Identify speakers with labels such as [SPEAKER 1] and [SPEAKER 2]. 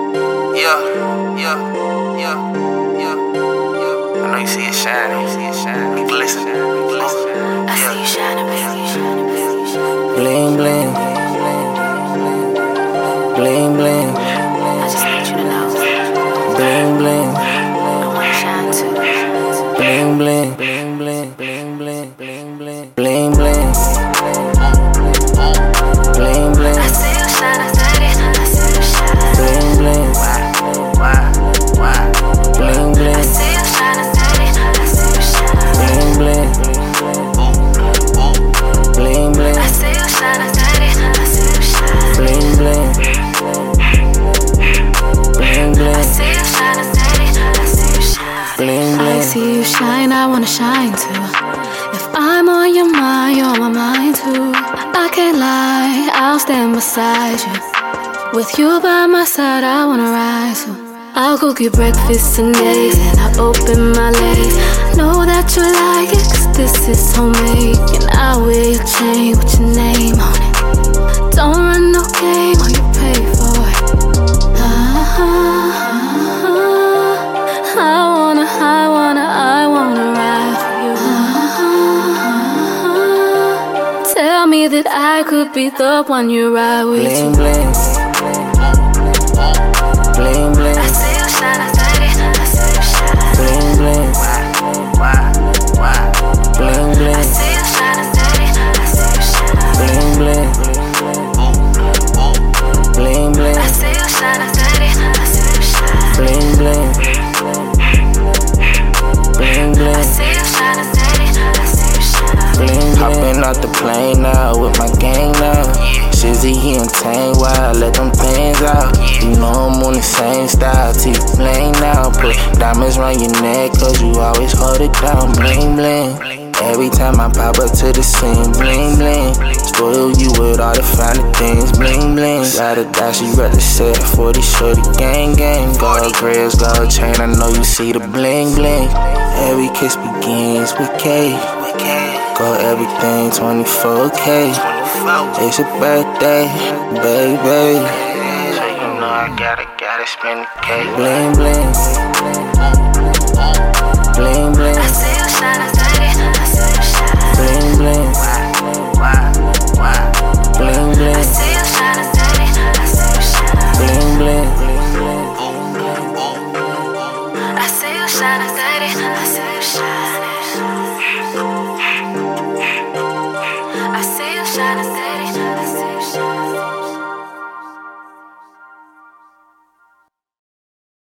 [SPEAKER 1] Yeah, yeah, yeah, yeah, yeah. I know you see it shining, you see it shining, it glisten, it glisten.
[SPEAKER 2] Oh, I see
[SPEAKER 1] Yeah.
[SPEAKER 2] you shining, baby.
[SPEAKER 3] Bling bling. Bling bling.
[SPEAKER 2] I just need you to know.
[SPEAKER 3] Bling bling.
[SPEAKER 2] I wanna shine too.
[SPEAKER 3] Bling bling. Bling bling. Bling bling. Bling bling. Bling bling. Bling
[SPEAKER 2] I
[SPEAKER 3] bling.
[SPEAKER 2] see you shine, I see it. I see you shine.
[SPEAKER 3] Bling bling.
[SPEAKER 1] Why, why?
[SPEAKER 2] I
[SPEAKER 3] Bling bling.
[SPEAKER 2] see you shine, I see it. I see you shine.
[SPEAKER 3] Bling bling. Bling bling.
[SPEAKER 2] I see you shine, I see it. I see you shine.
[SPEAKER 3] Bling bling.
[SPEAKER 2] I
[SPEAKER 3] Bling bling.
[SPEAKER 2] see you shine, I see it. I see you shine.
[SPEAKER 3] Bling
[SPEAKER 2] I
[SPEAKER 3] bling.
[SPEAKER 2] see you shine, I wanna shine too. If I'm on your mind, you're on my mind too. I can't lie, I'll stand beside you. With you by my side, I wanna rise too. I'll cook you breakfast and eggs, and I open my legs. Know that you like it, cause this is homemade. And I wear your chain with your name on it. Don't run no game, or you pay for it. Ah, I wanna, I wanna, I wanna ride for you. Ah, Tell me that I could be the one you ride with.
[SPEAKER 3] Bling bling. Bling bling.
[SPEAKER 2] I see you shine, I see it, I see you shine.
[SPEAKER 3] Bling bling. Bling bling.
[SPEAKER 2] I see you shine, I see it, I see you shine.
[SPEAKER 3] Bling bling. Bling bling.
[SPEAKER 2] I see you shine, I see it, I see you shine.
[SPEAKER 3] Bling bling. Bling
[SPEAKER 2] I
[SPEAKER 3] bling.
[SPEAKER 2] see you shine, I see it, I see you shine.
[SPEAKER 3] Bling Hopping out the plane now with my gang now. Shizzy he in tank while I let them pains out. You know I'm on the same style, T plane now. Put diamonds round your neck, cause you always hold it down. Bling bling. Every time I pop up to the scene, bling bling. Spoil you with all the finer things, bling bling. Gotta die, she rather set 40 shorty gang gang. Gold grills, gold chain, I know you see the bling bling. Every kiss begins with K. Go everything 24K. It's your birthday, baby. Bling bling. Bling bling.
[SPEAKER 2] I see you shine, I